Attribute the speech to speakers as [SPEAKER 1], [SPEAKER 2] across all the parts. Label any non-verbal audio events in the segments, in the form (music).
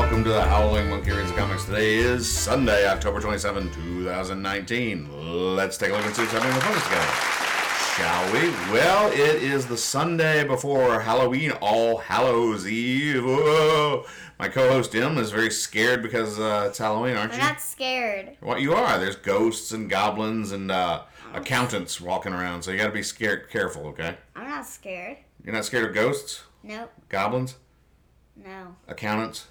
[SPEAKER 1] Howling Monkey Reads Comics. Today is Sunday, October 27, 2019. Let's take a look and see what's happening in the comics together. Shall we? Well, it is the Sunday before Halloween, All Hallows Eve. Whoa. My co host Im is very scared because uh, it's Halloween, aren't
[SPEAKER 2] I'm
[SPEAKER 1] you?
[SPEAKER 2] not scared.
[SPEAKER 1] What you are? There's ghosts and goblins and uh, accountants walking around, so you got to be scared, careful. Okay,
[SPEAKER 2] I'm not scared.
[SPEAKER 1] you're not scared of ghosts,
[SPEAKER 2] Nope.
[SPEAKER 1] goblins,
[SPEAKER 2] No.
[SPEAKER 1] accountants.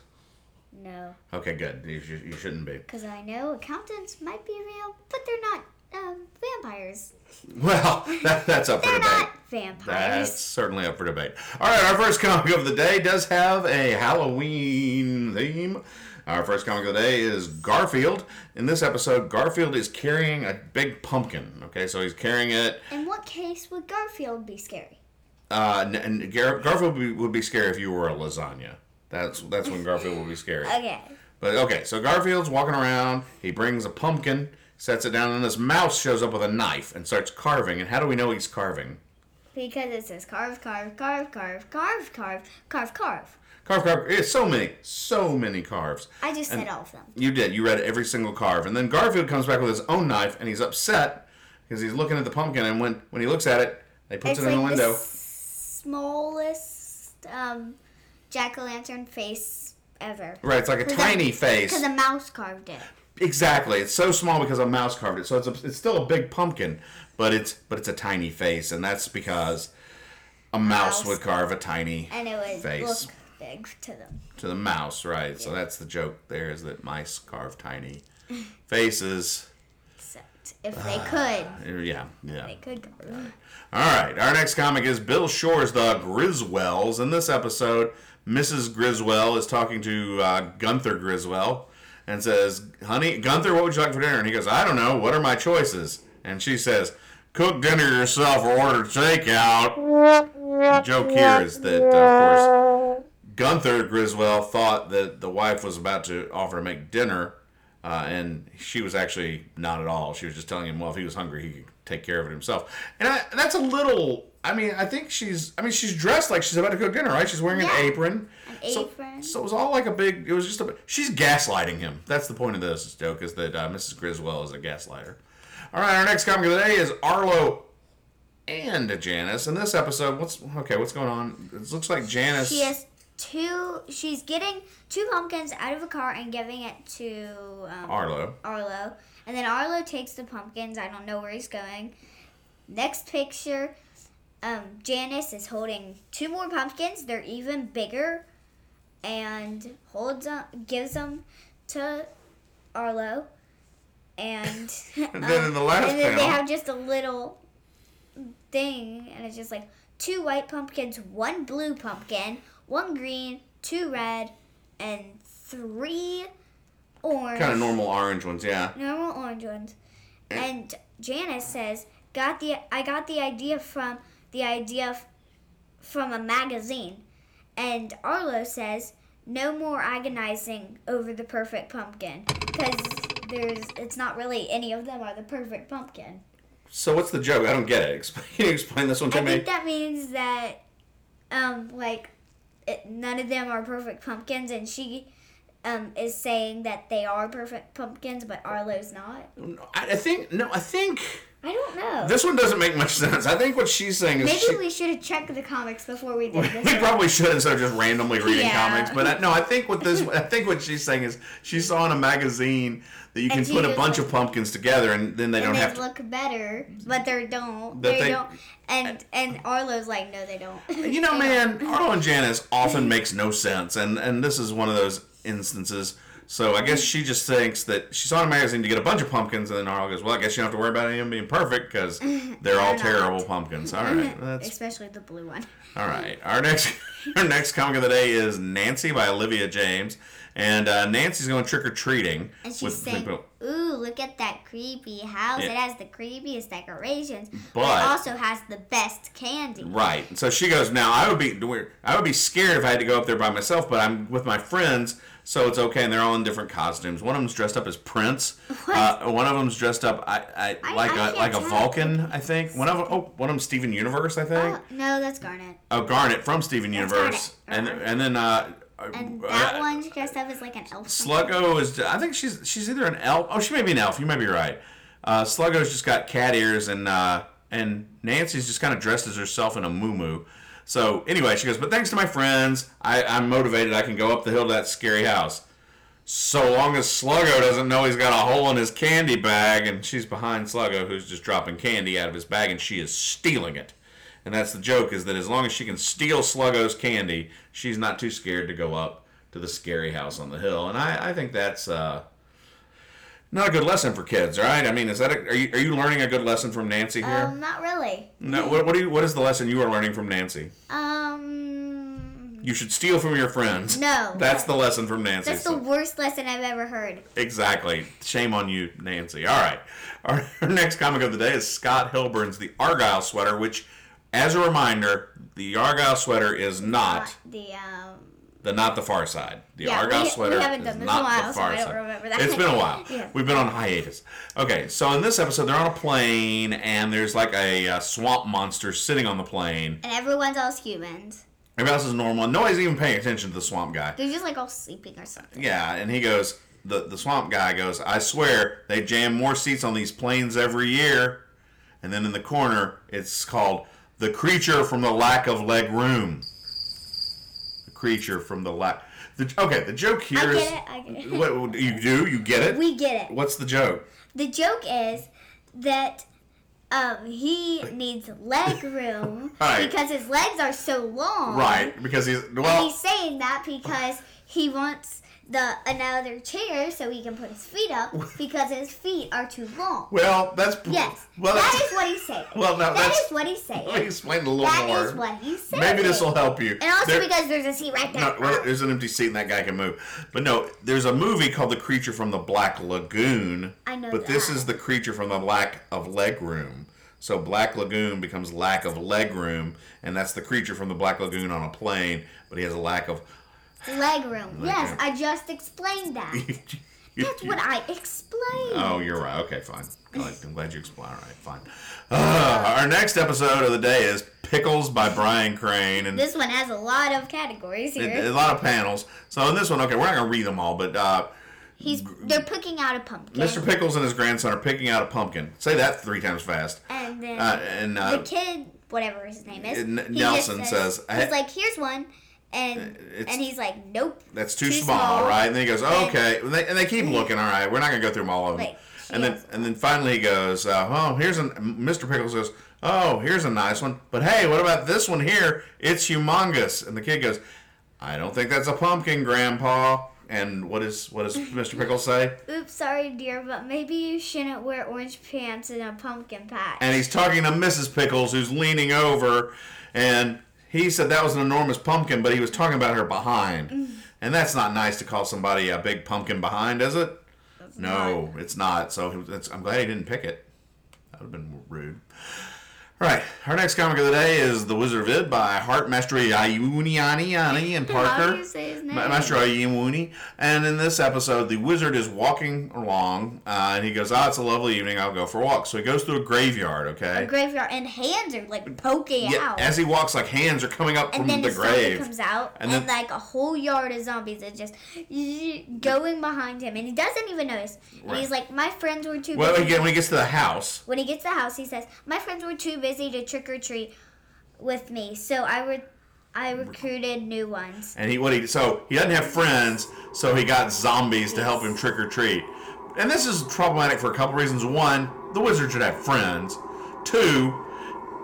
[SPEAKER 2] No.
[SPEAKER 1] Okay, good. You, sh- you shouldn't be.
[SPEAKER 2] Because I know accountants might be real, but they're not um, vampires.
[SPEAKER 1] (laughs) Well, that, that's up for
[SPEAKER 2] They're
[SPEAKER 1] debate.
[SPEAKER 2] not vampires.
[SPEAKER 1] That's certainly up for debate. All right, our first comic of the day does have a Halloween theme. Our first comic of the day is Garfield. In this episode, Garfield is carrying a big pumpkin. Okay, so he's carrying it.
[SPEAKER 2] In what case would Garfield be scary?
[SPEAKER 1] Uh, and, and Gar- Garfield would be, would be scary if you were a lasagna. That's that's when Garfield would be
[SPEAKER 2] (laughs)
[SPEAKER 1] scary.
[SPEAKER 2] Okay.
[SPEAKER 1] But okay, so Garfield's walking around. He brings a pumpkin, sets it down, and this mouse shows up with a knife and starts carving. And how do we know he's carving?
[SPEAKER 2] Because it says carve, carve, carve, carve, carve, carve, carve, carve.
[SPEAKER 1] Carve, carve. It's so many, so many carves.
[SPEAKER 2] I just said all of them.
[SPEAKER 1] You did. You read every single carve. And then Garfield comes back with his own knife, and he's upset because he's looking at the pumpkin. And when when he looks at it, they puts
[SPEAKER 2] it's
[SPEAKER 1] it
[SPEAKER 2] like
[SPEAKER 1] in the window.
[SPEAKER 2] smallest um, jack o' lantern face ever.
[SPEAKER 1] Right, it's like a
[SPEAKER 2] Because
[SPEAKER 1] tiny face.
[SPEAKER 2] Because a mouse carved it.
[SPEAKER 1] Exactly. It's so small because a mouse carved it. So it's a, it's still a big pumpkin, but it's but it's a tiny face, and that's because a mouse,
[SPEAKER 2] Mouse.
[SPEAKER 1] would carve a tiny
[SPEAKER 2] And it would
[SPEAKER 1] Face.
[SPEAKER 2] look big to them.
[SPEAKER 1] to the mouse, right? So that's the joke there is that mice carve tiny faces.
[SPEAKER 2] So if they could,
[SPEAKER 1] Yeah, yeah.
[SPEAKER 2] they could carve.
[SPEAKER 1] All right. Our next comic is Bill Shore's The Griswells. In this episode, Mrs. Griswell is talking to uh, Gunther Griswell and says, Honey, Gunther, what would you like for dinner? And he goes, I don't know. What are my choices? And she says, Cook dinner yourself or order takeout. The joke here is that, uh, of course, Gunther Griswell thought that the wife was about to offer to make dinner. Uh, and she was actually not at all. She was just telling him, well, if he was hungry, he could take care of it himself. And I, that's a little. I mean, I think she's. I mean, she's dressed like she's about to cook dinner, right? She's wearing
[SPEAKER 2] Yeah.
[SPEAKER 1] an apron.
[SPEAKER 2] An
[SPEAKER 1] So-
[SPEAKER 2] apron.
[SPEAKER 1] So, it was all like a big. It was just a. She's gaslighting him. That's the point of this joke is that uh, Mrs. Griswell is a gaslighter. All right, our next comic of the day is Arlo and Janice. In this episode, what's okay? What's going on? It looks like Janice.
[SPEAKER 2] She has two. She's getting two pumpkins out of a car and giving it to um,
[SPEAKER 1] Arlo.
[SPEAKER 2] Arlo. And then Arlo takes the pumpkins. I don't know where he's going. Next picture, um, Janice is holding two more pumpkins. They're even bigger, and holds them, gives them to Arlo. And,
[SPEAKER 1] (laughs)
[SPEAKER 2] um,
[SPEAKER 1] And then in the last
[SPEAKER 2] and then they
[SPEAKER 1] panel-
[SPEAKER 2] have just a little thing, and it's just like two white pumpkins, one blue pumpkin, one green, two red, and three orange
[SPEAKER 1] Kind of normal orange ones, yeah.
[SPEAKER 2] normal orange ones.
[SPEAKER 1] Mm.
[SPEAKER 2] And Janice says, "Got the I got the idea from the idea f- from a magazine." And Arlo says, "No more agonizing over the perfect pumpkin because there's it's not really any of them are the perfect pumpkin."
[SPEAKER 1] So what's the joke? I don't get it. (laughs) Explain, can you explain this one to
[SPEAKER 2] I
[SPEAKER 1] me?
[SPEAKER 2] think that means that um like it, none of them are perfect pumpkins and she um, is saying that they are perfect pumpkins, but Arlo's not.
[SPEAKER 1] I I think no. I think
[SPEAKER 2] I don't know.
[SPEAKER 1] this one doesn't make much (laughs) sense. I think what she's saying is
[SPEAKER 2] Maybe
[SPEAKER 1] (laughs) she,
[SPEAKER 2] we should have checked the comics before
[SPEAKER 1] (laughs)
[SPEAKER 2] we did this.
[SPEAKER 1] we probably should instead of just randomly reading
[SPEAKER 2] Yeah.
[SPEAKER 1] comics. But I, no, I think what this I think what she's saying is she saw in a magazine that you can
[SPEAKER 2] And she
[SPEAKER 1] put a
[SPEAKER 2] just
[SPEAKER 1] bunch
[SPEAKER 2] like-
[SPEAKER 1] of pumpkins together and then they
[SPEAKER 2] and
[SPEAKER 1] don't have
[SPEAKER 2] they
[SPEAKER 1] to.
[SPEAKER 2] look better, but they
[SPEAKER 1] That
[SPEAKER 2] don't. They,
[SPEAKER 1] they-
[SPEAKER 2] don't. And and Arlo's like, no, they don't.
[SPEAKER 1] you know,
[SPEAKER 2] (laughs) They
[SPEAKER 1] man, Arlo and Janice often makes no sense, and and this is one of those instances. So I guess she just thinks that she saw in a magazine to get a bunch of pumpkins, and then Arlo goes, "Well, I guess you don't have to worry about any of them being perfect
[SPEAKER 2] (laughs)
[SPEAKER 1] because they're all
[SPEAKER 2] They're not."
[SPEAKER 1] terrible pumpkins." All right,
[SPEAKER 2] (laughs) don't.
[SPEAKER 1] that's
[SPEAKER 2] Especially the blue one.
[SPEAKER 1] All right. Our next (laughs) our next comic of the day is Nancy by Olivia James, and uh, Nancy's going trick or treating.
[SPEAKER 2] And she's saying, "Ooh, look at that creepy house!
[SPEAKER 1] Yeah.
[SPEAKER 2] It has the creepiest decorations, but,
[SPEAKER 1] But-
[SPEAKER 2] it also has the best candy."
[SPEAKER 1] right. So she goes, "Now I would be I would be scared if I had to go up there by myself, but I'm with my friends." So it's okay, and they're all in different costumes. One of them's dressed up as Prince. Uh, one of them's dressed up I, I,
[SPEAKER 2] I-
[SPEAKER 1] like
[SPEAKER 2] I
[SPEAKER 1] a
[SPEAKER 2] can't
[SPEAKER 1] like a
[SPEAKER 2] tell.
[SPEAKER 1] Vulcan, I think. One of them, oh, one of them's Steven Universe, I think.
[SPEAKER 2] Oh, no, that's Garnet.
[SPEAKER 1] Oh, Garnet from Steven
[SPEAKER 2] Oh. That's
[SPEAKER 1] Universe,
[SPEAKER 2] Garnet.
[SPEAKER 1] and and then uh,
[SPEAKER 2] And that one's dressed up as like an elf.
[SPEAKER 1] Sluggo is. I think she's she's either an elf. Oh, she may be an elf. You may be right. Uh, Sluggo's just got cat ears, and uh, and Nancy's just kind of dressed as herself in a muumuu. So anyway, she goes. But thanks to my friends, I, I'm motivated. I can go up the hill to that scary house. So long as Sluggo doesn't know he's got a hole in his candy bag, and she's behind Sluggo, who's just dropping candy out of his bag, and she is stealing it. And that's the joke is that as long as she can steal Sluggo's candy, she's not too scared to go up to the scary house on the hill. And I, I think that's uh, not a good lesson for kids, all right? I mean, is that a, are you are you learning a good lesson from Nancy here?
[SPEAKER 2] Um, not really.
[SPEAKER 1] no. What, what do you, What is the lesson you are learning from Nancy?
[SPEAKER 2] Um,
[SPEAKER 1] You should steal from your friends.
[SPEAKER 2] No.
[SPEAKER 1] That's the lesson from Nancy.
[SPEAKER 2] that's the worst lesson I've ever heard.
[SPEAKER 1] Exactly. Shame on you, Nancy. All right. (laughs) Our, our next comic of the day is Scott Hilburn's The Argyle Sweater, which, as a reminder, the Argyle sweater is not
[SPEAKER 2] The um.
[SPEAKER 1] the not the Far Side. The
[SPEAKER 2] Yeah,
[SPEAKER 1] Argyle
[SPEAKER 2] we- we
[SPEAKER 1] sweater
[SPEAKER 2] haven't
[SPEAKER 1] is
[SPEAKER 2] done this in
[SPEAKER 1] not
[SPEAKER 2] a while,
[SPEAKER 1] the
[SPEAKER 2] so
[SPEAKER 1] Far
[SPEAKER 2] I don't
[SPEAKER 1] Side.
[SPEAKER 2] remember that.
[SPEAKER 1] It's been a while.
[SPEAKER 2] (laughs) Yeah.
[SPEAKER 1] We've been on hiatus. Okay, so in this episode, they're on a plane, and there's like a, uh swamp monster sitting on the plane.
[SPEAKER 2] And everyone's else humans.
[SPEAKER 1] Everybody else is normal. Nobody's even paying attention to the swamp guy.
[SPEAKER 2] They're just like all sleeping or something.
[SPEAKER 1] Yeah, and he goes, the, the swamp guy goes, I swear they jam more seats on these planes every year. And then in the corner, it's called The Creature from the Lack of Leg Room. The Creature from the Lack. The, okay, the joke
[SPEAKER 2] I
[SPEAKER 1] here is.
[SPEAKER 2] get it. I get it.
[SPEAKER 1] What, what do you do? You get it?
[SPEAKER 2] (laughs) We get it.
[SPEAKER 1] What's the joke?
[SPEAKER 2] The joke is that um he needs leg room
[SPEAKER 1] (laughs) Right.
[SPEAKER 2] because his legs are so long.
[SPEAKER 1] Right, because he's. Well,
[SPEAKER 2] He's saying that because he wants the another chair so he can put his
[SPEAKER 1] (laughs)
[SPEAKER 2] feet up because his feet are too long.
[SPEAKER 1] well that's.
[SPEAKER 2] Yes.
[SPEAKER 1] Well,
[SPEAKER 2] that
[SPEAKER 1] that's-
[SPEAKER 2] is what he's saying.
[SPEAKER 1] Well, no,
[SPEAKER 2] that
[SPEAKER 1] that's-
[SPEAKER 2] is what he's
[SPEAKER 1] let me
[SPEAKER 2] saying.
[SPEAKER 1] explain it a little
[SPEAKER 2] That
[SPEAKER 1] more.
[SPEAKER 2] is what he's saying.
[SPEAKER 1] Maybe this will help you.
[SPEAKER 2] And also
[SPEAKER 1] There-
[SPEAKER 2] because there's a seat right there. Ah,
[SPEAKER 1] No, well, there's an empty seat and that guy can move. But no, there's a movie called The Creature from the Black Lagoon.
[SPEAKER 2] I know
[SPEAKER 1] But this
[SPEAKER 2] that.
[SPEAKER 1] is The Creature from the Lack of Leg Room. So Black Lagoon becomes Lack of Leg Room, and that's the creature from the Black Lagoon on a plane, but he has a lack of. (laughs)
[SPEAKER 2] Leg room. Yes, I just explained that. That's what I explained.
[SPEAKER 1] Oh, you're right. Okay, fine. Glad- I'm glad you explained. All right, fine. Uh, our next episode of the day is Pickles by Brian Crane. And
[SPEAKER 2] This one has a lot of categories
[SPEAKER 1] a
[SPEAKER 2] here.
[SPEAKER 1] lot of panels. So in this one, okay, we're not going to read them all, but uh,
[SPEAKER 2] He's they're picking out a pumpkin.
[SPEAKER 1] Mr. Pickles and his grandson are picking out a pumpkin. Say that three times fast.
[SPEAKER 2] and then
[SPEAKER 1] Uh, and
[SPEAKER 2] the
[SPEAKER 1] uh,
[SPEAKER 2] kid, whatever his name is,
[SPEAKER 1] N-
[SPEAKER 2] he just
[SPEAKER 1] Nelson says, "I-
[SPEAKER 2] he's like, here's one, and
[SPEAKER 1] it's-
[SPEAKER 2] and he's like, nope.
[SPEAKER 1] that's too,
[SPEAKER 2] too
[SPEAKER 1] small,
[SPEAKER 2] small.
[SPEAKER 1] right? And then he goes, okay. And they, and they keep looking, all right, we're not going to go through them all of them.
[SPEAKER 2] Like, she
[SPEAKER 1] and then
[SPEAKER 2] has-
[SPEAKER 1] and then finally he goes, uh, oh, here's an. Mr. Pickles goes, oh, here's a nice one. But hey, what about this one here? It's humongous. And the kid goes, I don't think that's a pumpkin, Grandpa. And what is what does Mr. Pickles say?
[SPEAKER 2] Oops, sorry, dear, but maybe you shouldn't wear orange pants in a pumpkin patch.
[SPEAKER 1] and he's talking to Mrs. Pickles, who's leaning over, and he said that was an enormous pumpkin, but he was talking about her behind, and that's not nice to call somebody a big pumpkin behind, is it? No, it's not. So he was- it's, I'm glad he didn't pick it. That would have been rude. All right, our next comic of the day is The Wizard of Id by Heart Master Iuniani and Parker.
[SPEAKER 2] How do you say his name?
[SPEAKER 1] Ma- Master Ian Wooney. And in this episode, the wizard is walking along uh, and he goes, Ah, it's a lovely evening. I'll go for a walk. So he goes through a graveyard, okay?
[SPEAKER 2] Graveyard and hands are like poking
[SPEAKER 1] Yeah,
[SPEAKER 2] out.
[SPEAKER 1] as he walks, like hands are coming up
[SPEAKER 2] and
[SPEAKER 1] from
[SPEAKER 2] then
[SPEAKER 1] the
[SPEAKER 2] the zombie
[SPEAKER 1] grave.
[SPEAKER 2] comes out,
[SPEAKER 1] And
[SPEAKER 2] and,
[SPEAKER 1] then-
[SPEAKER 2] like a whole yard of zombies are just going behind him, and he doesn't even notice. And he's like, "My friends were too
[SPEAKER 1] well,
[SPEAKER 2] busy."
[SPEAKER 1] again, when he gets to the house,
[SPEAKER 2] when he gets to the house, he says, "My friends were too busy to trick or treat with me, so I re- I recruited new ones."
[SPEAKER 1] and he what he so he doesn't have friends, so he got zombies to help him trick or treat. And this is problematic for a couple reasons. One, the wizard should have friends. Two,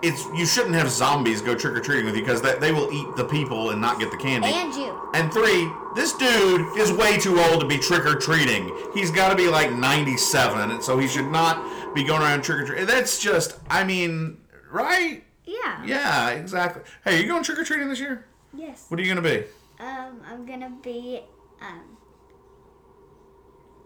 [SPEAKER 1] it's you shouldn't have zombies go trick or treating with you because they, they will eat the people and not get the candy.
[SPEAKER 2] And you.
[SPEAKER 1] And three, this dude is way too old to be trick or treating. He's got to be like 97, and so he should not be going around trick or treating. That's just, I mean, right?
[SPEAKER 2] Yeah.
[SPEAKER 1] Yeah, exactly. Hey, you going trick or treating this year?
[SPEAKER 2] Yes.
[SPEAKER 1] What are you going to be?
[SPEAKER 2] Um, I'm gonna be. Um, (laughs)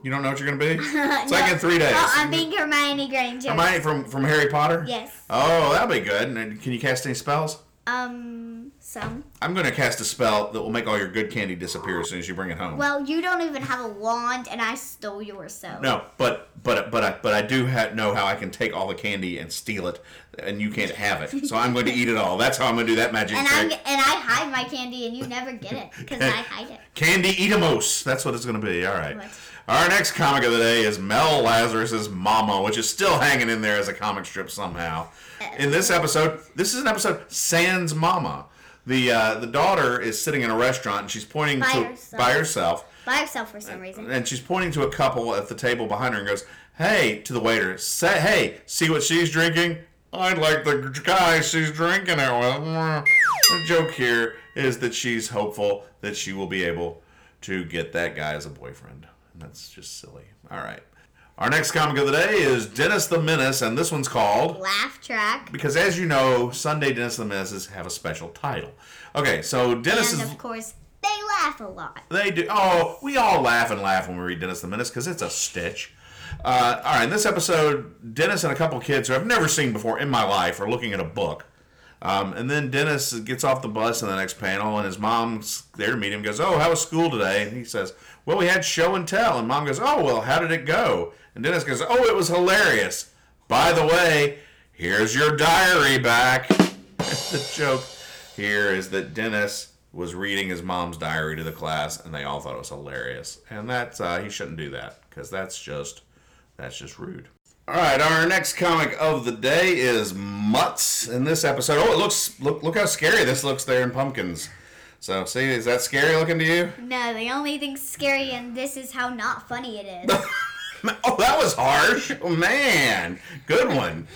[SPEAKER 1] You don't know what you're going to be? It's like in three days.
[SPEAKER 2] Oh, I'm being Hermione Granger.
[SPEAKER 1] Hermione from, from Harry Potter?
[SPEAKER 2] Yes.
[SPEAKER 1] Oh, that'll be good. And then can you cast any spells?
[SPEAKER 2] Um, some.
[SPEAKER 1] I'm going to cast a spell that will make all your good candy disappear as soon as you bring it home.
[SPEAKER 2] Well, you don't even have a wand, and I stole yours, so.
[SPEAKER 1] no, but but but I but I do ha- know how I can take all the candy and steal it, and you can't have it. So I'm going to eat it all. That's how I'm going to do that magic
[SPEAKER 2] And, I'm,
[SPEAKER 1] trick.
[SPEAKER 2] and I hide my candy, and you never get it
[SPEAKER 1] (laughs)
[SPEAKER 2] because I hide it.
[SPEAKER 1] Candy Eatamos. That's what it's going to be. All right.
[SPEAKER 2] What?
[SPEAKER 1] Our next comic of the day is Mel Lazarus's Mama, which is still hanging in there as a comic strip somehow. In this episode, this is an episode Sans Mama. The uh, the daughter is sitting in a restaurant and she's pointing
[SPEAKER 2] By
[SPEAKER 1] to
[SPEAKER 2] herself.
[SPEAKER 1] by herself,
[SPEAKER 2] By herself for some reason.
[SPEAKER 1] and she's pointing to a couple at the table behind her and goes, "Hey," to the waiter. Say, "Hey, see what she's drinking? I'd like the guy she's drinking it with." The joke here is that she's hopeful that she will be able to get that guy as a boyfriend. And that's just silly. All right. Our next comic of the day is Dennis the Menace, and this one's called
[SPEAKER 2] Laugh track.
[SPEAKER 1] because, as you know, Sunday Dennis the Menaces have a special title. Okay, so Dennis
[SPEAKER 2] And
[SPEAKER 1] is
[SPEAKER 2] of course, they laugh a lot.
[SPEAKER 1] they do. Oh, we all laugh and laugh when we read Dennis the Menace because it's a stitch. Uh, all right, in this episode, Dennis and a couple kids who I've never seen before in my life are looking at a book. Um, and then Dennis gets off the bus in the next panel, and his mom's there to meet him. Goes, "Oh, how was school today?" And he says, "Well, we had show and tell." And mom goes, "Oh, well, how did it go?" And Dennis goes, "Oh, it was hilarious. By the way, here's your diary back." the joke here is that Dennis was reading his mom's diary to the class, and they all thought it was hilarious. And that's uh, he shouldn't do that because that's just that's just rude. All right, our next comic of the day is Mutts. In this episode, oh, it looks look look how scary this looks there in pumpkins. So see, is that scary looking to you?
[SPEAKER 2] No, the only thing scary, and this is how not funny it is.
[SPEAKER 1] (laughs) Oh, that was harsh. Oh, man, good one.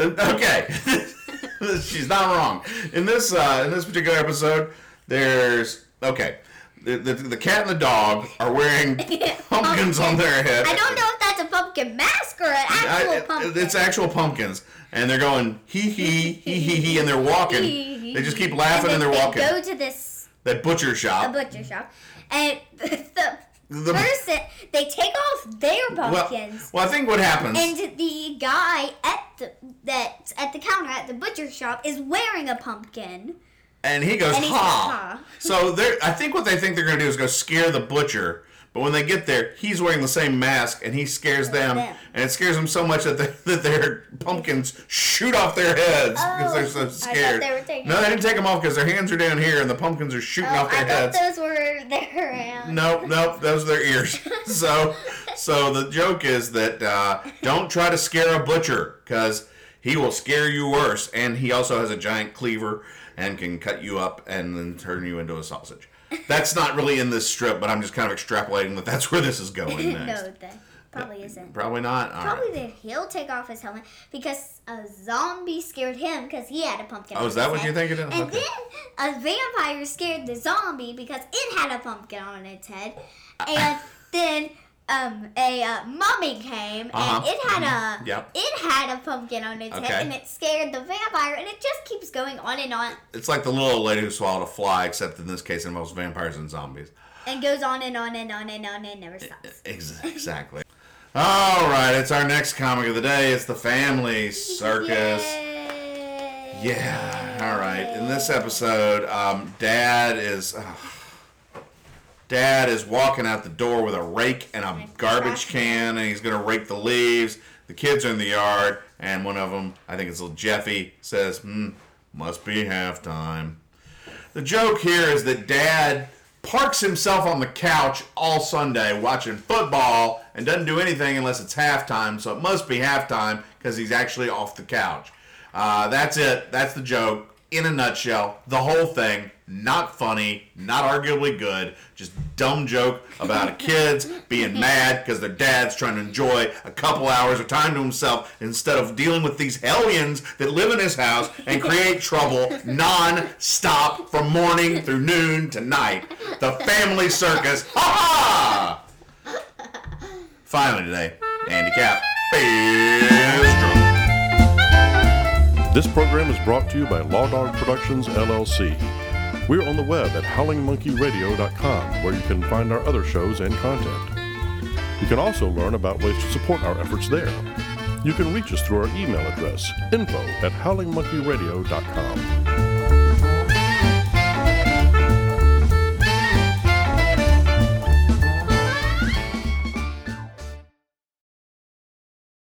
[SPEAKER 1] Uh, Okay, (laughs) she's not wrong. In this uh, in this particular episode, there's okay. The, the, the cat and the dog are
[SPEAKER 2] (laughs)
[SPEAKER 1] wearing pumpkins on their head.
[SPEAKER 2] I don't know if that's a pumpkin mask
[SPEAKER 1] (laughs)
[SPEAKER 2] or an actual
[SPEAKER 1] I-
[SPEAKER 2] pumpkin.
[SPEAKER 1] It's actual pumpkins, and they're going hee hee hee hee hee, and they're walking.
[SPEAKER 2] (laughs)
[SPEAKER 1] They just keep laughing and,
[SPEAKER 2] then
[SPEAKER 1] they're walking.
[SPEAKER 2] Go to this
[SPEAKER 1] that butcher
[SPEAKER 2] a
[SPEAKER 1] shop.
[SPEAKER 2] butcher shop, and (laughs) the,
[SPEAKER 1] The-
[SPEAKER 2] person they take off their
[SPEAKER 1] well,
[SPEAKER 2] pumpkins,
[SPEAKER 1] well, I think what happens.
[SPEAKER 2] and the guy at the that's at the counter at the butcher shop is wearing a pumpkin.
[SPEAKER 1] And he goes,
[SPEAKER 2] And he says,
[SPEAKER 1] ha.
[SPEAKER 2] "Ha."
[SPEAKER 1] So they're, I think what they think they're going to do is go scare the butcher. But when they get there, he's wearing the same mask and he scares them.
[SPEAKER 2] them.
[SPEAKER 1] And it scares them so much that, they, (laughs) that their pumpkins shoot off their heads because
[SPEAKER 2] Oh,
[SPEAKER 1] they're so
[SPEAKER 2] I thought
[SPEAKER 1] scared.
[SPEAKER 2] they were taking-
[SPEAKER 1] no, they didn't take them off because their hands are down here and the pumpkins are shooting
[SPEAKER 2] Oh,
[SPEAKER 1] off their
[SPEAKER 2] I
[SPEAKER 1] heads.
[SPEAKER 2] thought those were their (laughs) hands.
[SPEAKER 1] Nope, nope, those are their ears. (laughs) So, so the joke is that uh, don't try to scare a butcher because he will scare you worse, and he also has a giant cleaver and can cut you up and then turn you into a sausage. That's not really in this strip, but I'm just kind of extrapolating that that's where this is going next.
[SPEAKER 2] (laughs) no, that probably isn't.
[SPEAKER 1] Probably not. All
[SPEAKER 2] Probably
[SPEAKER 1] right.
[SPEAKER 2] that he'll take off his helmet because a zombie scared him because he had a pumpkin.
[SPEAKER 1] Oh,
[SPEAKER 2] on
[SPEAKER 1] is that
[SPEAKER 2] his
[SPEAKER 1] what you
[SPEAKER 2] head.
[SPEAKER 1] think it is?
[SPEAKER 2] And
[SPEAKER 1] Okay.
[SPEAKER 2] then a vampire scared the zombie because it had a pumpkin on its head,
[SPEAKER 1] Uh,
[SPEAKER 2] and then um, a uh, mummy came
[SPEAKER 1] Uh-huh.
[SPEAKER 2] and it had a
[SPEAKER 1] Yep.
[SPEAKER 2] it had a pumpkin on its
[SPEAKER 1] Okay.
[SPEAKER 2] head and it scared the vampire and it just keeps going on and on
[SPEAKER 1] It's like the little old lady who swallowed a fly, except in this case, it involves vampires and zombies.
[SPEAKER 2] and goes on and on and on and on and never stops.
[SPEAKER 1] Ex- Exactly. All right, it's our next comic of the day. It's the Family Circus.
[SPEAKER 2] Yay.
[SPEAKER 1] Yeah. All right. In this episode, um, Dad is ah, ugh. Dad is walking out the door with a rake and a garbage can, and he's gonna rake the leaves. The kids are in the yard, and one of them, I think it's little Jeffy, says, "Hmm, must be halftime." The joke here is that Dad parks himself on the couch all Sunday watching football and doesn't do anything unless it's halftime. So it must be halftime because he's actually off the couch. Uh, that's it. That's the joke in a nutshell. The whole thing not funny, not arguably good, just dumb joke about kids being mad because their dad's trying to enjoy a couple hours of time to himself instead of dealing with these hellions that live in his house and create trouble non-stop from morning through noon to night. The family circus. Ha ha! Finally today, Andy Cap. is drunk.
[SPEAKER 3] This program is brought to you by Law Dog Productions, LLC. We're on the web at howlingmonkeyradio.com, where you can find our other shows and content. You can also learn about ways to support our efforts there. You can reach us through our email address, info at howlingmonkeyradio.com.